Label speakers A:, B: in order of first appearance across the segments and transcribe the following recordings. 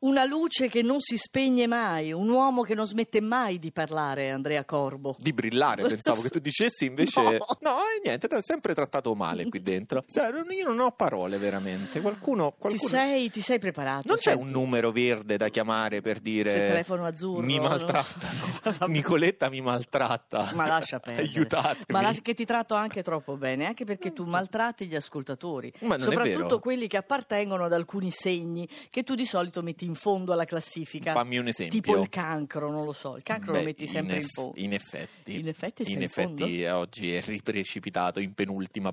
A: Una luce che non si spegne mai, un uomo che non smette mai di parlare, Andrea Corbo.
B: di brillare, pensavo che tu dicessi invece
A: No.
B: no, e niente, ti ho sempre trattato male qui dentro. Sai, non- io non ho parole veramente. Qualcuno,
A: Ti
B: qualcuno-
A: sei, ti sei preparato?
B: non c'è
A: Senti,
B: un numero verde da chiamare per dire
A: se il telefono azzurro,
B: Mi
A: no?
B: maltrattano. Nicoletta mi maltratta.
A: Ma lascia perdere.
B: Aiutatemi.
A: Ma lascia che ti tratto anche troppo bene, anche perché tu maltratti gli ascoltatori,
B: Ma non è
A: soprattutto
B: vero.
A: quelli che appartengono ad alcuni segni che tu di solito metti in fondo alla classifica.
B: Fammi un esempio.
A: Tipo il cancro, non lo so, il cancro
B: Beh,
A: lo metti sempre in,
B: eff-
A: fondo.
B: In effetti.
A: In effetti sta
B: In
A: in
B: effetti eh, oggi è riprecipitato in penultima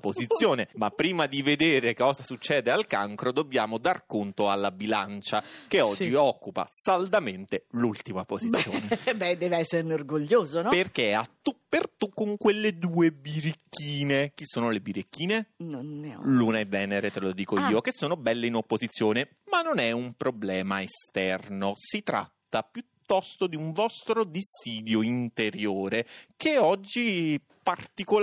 B: posizione, ma prima di vedere cosa succede al cancro dobbiamo dar conto alla bilancia che oggi
A: Sì.
B: occupa saldamente l'ultima posizione.
A: Beh, beh, deve esserne orgoglioso, no?
B: Perché è a tu per tu con quelle due birichine. Chi sono le birichine?
A: Non ne ho.
B: Luna e Venere, te lo dico
A: Ah.
B: io, che sono belle in opposizione, ma non è un problema esterno, si tratta piuttosto di un vostro dissidio interiore che oggi è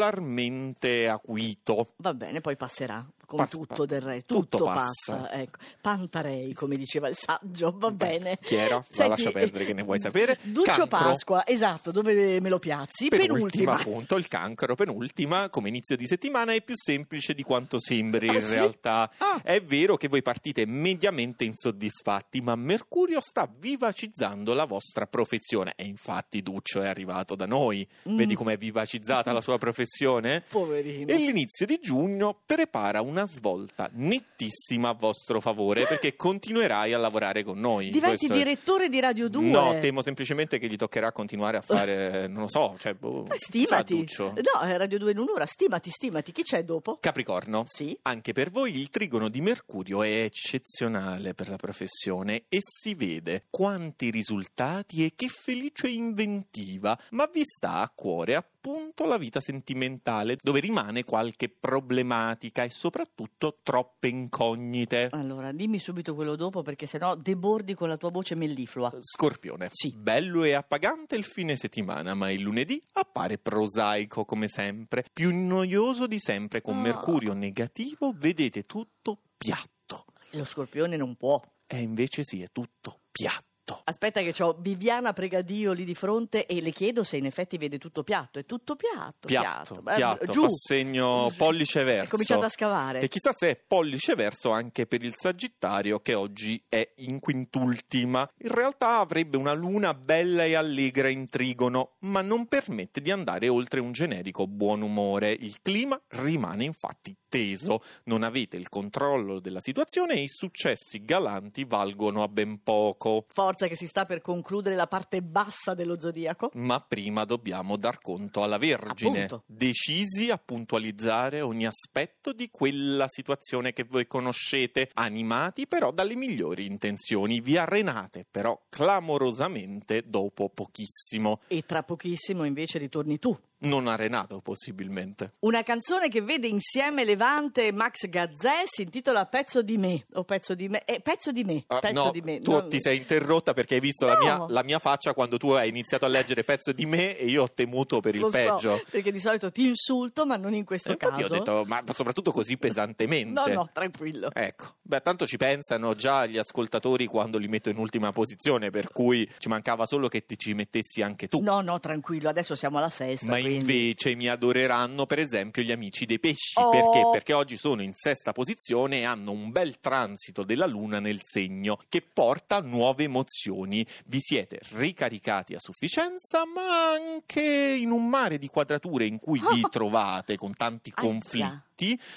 B: particolarmente acuito.
A: Va bene, poi passerà. Come
B: Passa.
A: tutto del re, tutto,
B: Tutto
A: passa.
B: passa.
A: Ecco. Pantarei, come diceva il saggio, va
B: Beh,
A: bene.
B: chi era? La
A: Senti,
B: lascia perdere, che ne vuoi sapere?
A: Duccio
B: Cancro.
A: Pasqua, esatto, dove me lo piazzi?
B: Penultima,
A: Penultima.
B: appunto, il cancro, penultima, come inizio di settimana, è più semplice di quanto sembri
A: Ah,
B: in
A: sì?
B: realtà.
A: Ah.
B: È vero che voi partite mediamente insoddisfatti, ma Mercurio sta vivacizzando la vostra professione. E infatti Duccio è arrivato da noi.
A: Mm.
B: Eh, Vedi Eh, com'è vivacizzata la sua professione?
A: Poverino.
B: E l'inizio di giugno prepara una svolta nettissima a vostro favore perché continuerai a lavorare con noi.
A: Ah! Diventi
B: Questo è-
A: direttore di Radio 2.
B: No, temo semplicemente che gli toccherà continuare a fare, non lo so, cioè, boh,
A: Eh,
B: sa
A: Stimati.
B: Duccio.
A: No, è Radio 2 in un'ora, stimati, stimati. Chi c'è dopo?
B: Capricorno.
A: Sì.
B: Anche per voi il trigono di Mercurio è eccezionale per la professione e si vede quanti risultati e che felice inventiva, ma vi sta a cuore appunto la vita sentimentale, dove rimane qualche problematica e soprattutto troppe incognite.
A: Allora, dimmi subito quello dopo perché sennò debordi con la tua voce melliflua.
B: Scorpione.
A: Sì.
B: Bello e appagante il fine settimana, ma il lunedì appare prosaico come sempre. Più noioso di sempre con
A: Ah.
B: Mercurio negativo, vedete tutto piatto.
A: Lo scorpione non può.
B: E invece sì, è tutto piatto.
A: Aspetta che ho Viviana Pregadio lì di fronte e le chiedo se in effetti vede tutto piatto. È tutto piatto,
B: Piatto,
A: piatto.
B: piatto,
A: Eh, giù.
B: fa segno pollice
A: È
B: verso.
A: cominciato a scavare.
B: E chissà se è pollice verso anche per il Sagittario che oggi è in quintultima. In realtà avrebbe una luna bella e allegra in trigono, ma non permette di andare oltre un generico buon umore. Il clima rimane infatti teso, non avete il controllo della situazione e i successi galanti valgono a ben poco.
A: Forza che si sta per concludere la parte bassa dello zodiaco.
B: Ma prima dobbiamo dar conto alla Vergine,
A: Appunto.
B: decisi a puntualizzare ogni aspetto di quella situazione che voi conoscete, animati però dalle migliori intenzioni, vi arenate però clamorosamente dopo pochissimo,
A: E tra pochissimo invece ritorni tu.
B: non arenato possibilmente.
A: Una canzone che vede insieme Levante e Max Gazzè si intitola Pezzo di me. O pezzo di me. Eh, pezzo di me.
B: Ah,
A: pezzo
B: no,
A: di me.
B: tu
A: non-
B: ti sei interrotta perché hai visto la,
A: No.
B: mia, la mia faccia quando tu hai iniziato a leggere pezzo di me e io ho temuto per il
A: Lo so,
B: peggio.
A: perché di solito ti insulto, ma non in questo
B: Infatti
A: caso.
B: ho detto, ma soprattutto così pesantemente.
A: No, no, tranquillo.
B: Ecco, beh, tanto ci pensano già gli ascoltatori quando li metto in ultima posizione, per cui ci mancava solo che ti ci mettessi anche tu.
A: No, no, tranquillo, adesso siamo alla sesta.
B: Ma
A: quindi-
B: invece mi adoreranno, per esempio, gli amici dei pesci.
A: Oh.
B: Perché? Perché oggi sono in sesta posizione e hanno un bel transito della Luna nel segno che porta nuove emozioni. Vi siete ricaricati a sufficienza, ma anche in un mare di quadrature in cui vi trovate con tanti
A: Aia.
B: conflitti,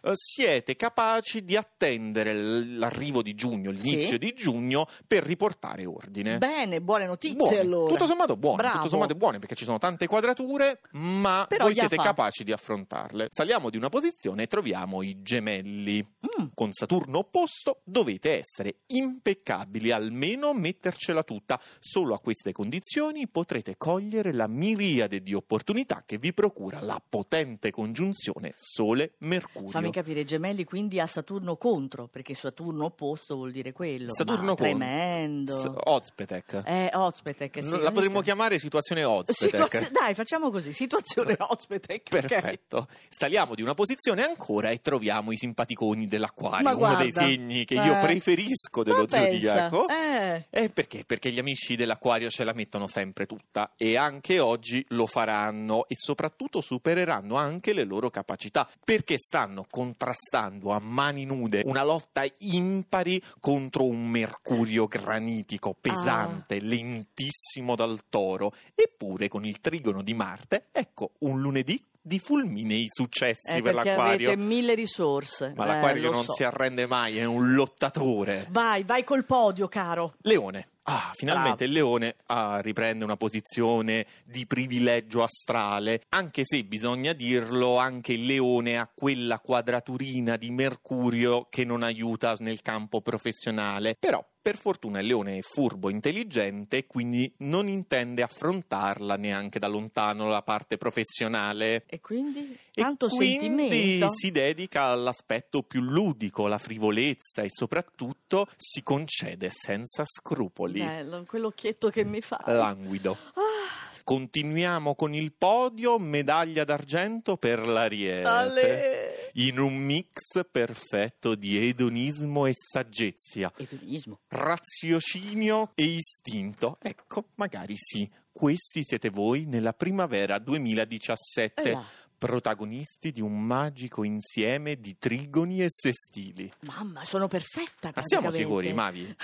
B: eh, siete capaci di attendere l- l'arrivo di giugno, l'inizio
A: Sì.
B: di giugno, per riportare ordine.
A: Bene, buone notizie
B: Buone.
A: allora.
B: Tutto sommato buone,
A: Bravo.
B: tutto sommato buone perché ci sono tante quadrature, ma
A: Però
B: voi
A: gli ha
B: siete
A: fa-
B: capaci di affrontarle. Saliamo di una posizione e troviamo i gemelli.
A: Mm.
B: Con Saturno opposto dovete essere impeccabili, almeno mettercela tutta. Solo a queste condizioni potrete cogliere la miriade di opportunità che vi procura la potente congiunzione Sole-Mercurio. Mercurio.
A: Fammi capire, i gemelli quindi a Saturno contro, perché Saturno opposto vuol dire quello.
B: Saturno
A: Ma
B: con-
A: Tremendo.
B: S- Ozpetek.
A: eh, ospite, sì,
B: No, la potremmo
A: veramente.
B: chiamare situazione Ozpetek.
A: Situazio- Dai, facciamo così, situazione ospite. ok?
B: Perfetto. Saliamo di una posizione ancora e troviamo i simpaticoni dell'acquario,
A: Ma
B: uno
A: guarda.
B: dei segni che io
A: Eh.
B: preferisco dello
A: Ma pensa,
B: zodiaco.
A: eh.
B: E perché? Perché gli amici dell'acquario ce la mettono sempre tutta e anche oggi lo faranno e soprattutto supereranno anche le loro capacità perché stanno contrastando a mani nude una lotta impari contro un mercurio granitico
A: Ah.
B: pesante, lentissimo dal toro eppure con il trigono di Marte, ecco un lunedì di fulminei successi
A: Eh,
B: per
A: perché
B: l'acquario.
A: avete mille risorse.
B: Ma
A: eh,
B: l'acquario
A: lo
B: non
A: so.
B: si arrende mai, è un lottatore.
A: Vai, vai col podio, caro.
B: Leone. Ah, finalmente il leone ah, riprende una posizione di privilegio astrale, anche se bisogna dirlo, anche il leone ha quella quadraturina di Mercurio che non aiuta nel campo professionale, però per fortuna il leone è furbo, intelligente, quindi non intende affrontarla neanche da lontano la parte professionale.
A: E quindi?
B: E
A: Tanto
B: quindi
A: sentimento.
B: si dedica all'aspetto più ludico, alla frivolezza e soprattutto si concede senza scrupoli.
A: Bello, quell'occhietto che mi fa.
B: Eh, Languido.
A: Ah,
B: Continuiamo con il podio, medaglia d'argento per l'Ariete.
A: Ale.
B: In un mix perfetto di edonismo e saggezza,
A: Edonismo.
B: raziocinio e istinto. Ecco, magari sì, questi siete voi nella primavera 2017
A: Eh là,
B: protagonisti di un magico insieme di trigoni e sestili.
A: mamma, sono perfetta.
B: Ma siamo
A: praticamente.
B: sicuri, Mavi?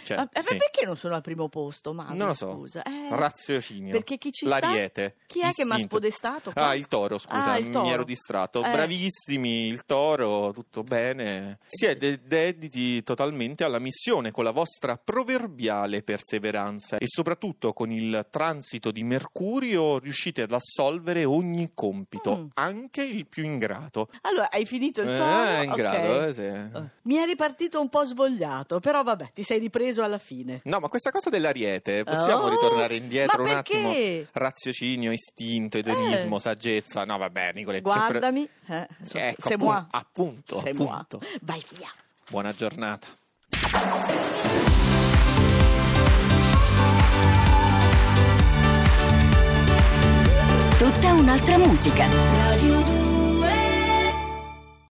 B: Cioè,
A: Ma- eh, ma
B: sì.
A: perché non sono al primo posto, Mavi?
B: Non lo so.
A: Scusa. Eh,
B: Raziocinio.
A: perché chi ci
B: L'ariete.
A: sta? Chi è che mi ha
B: Istinto.
A: spodestato? qua?
B: Ah, il toro, scusa,
A: Ah, il
B: mi
A: toro.
B: ero distratto.
A: Eh.
B: Bravissimi, il toro, tutto bene. Siete dediti totalmente alla missione con la vostra proverbiale perseveranza e soprattutto con il transito di Mercurio riuscite ad assolvere ogni compito,
A: Mm.
B: anche il più ingrato.
A: Allora, hai finito il
B: Eh,
A: toro?
B: è in
A: Ok.
B: grado, eh, sì.
A: Eh, Mi è ripartito un po' svogliato, però vabbè, ti sei ripreso alla fine.
B: No, ma questa cosa dell'ariete, possiamo
A: Oh,
B: ritornare indietro
A: ma
B: un attimo? Eh,
A: perché? Eh.
B: Raziocinio, istinto, edonismo, saggezza. No, vabbè, Nicoletta.
A: Guardami. Eh, so-
B: Ecco,
A: c'est
B: appu-
A: moi.
B: appunto,
A: C'est moi.
B: appunto.
A: Vai via.
B: Buona giornata.
C: Tutta un'altra musica.
D: Radio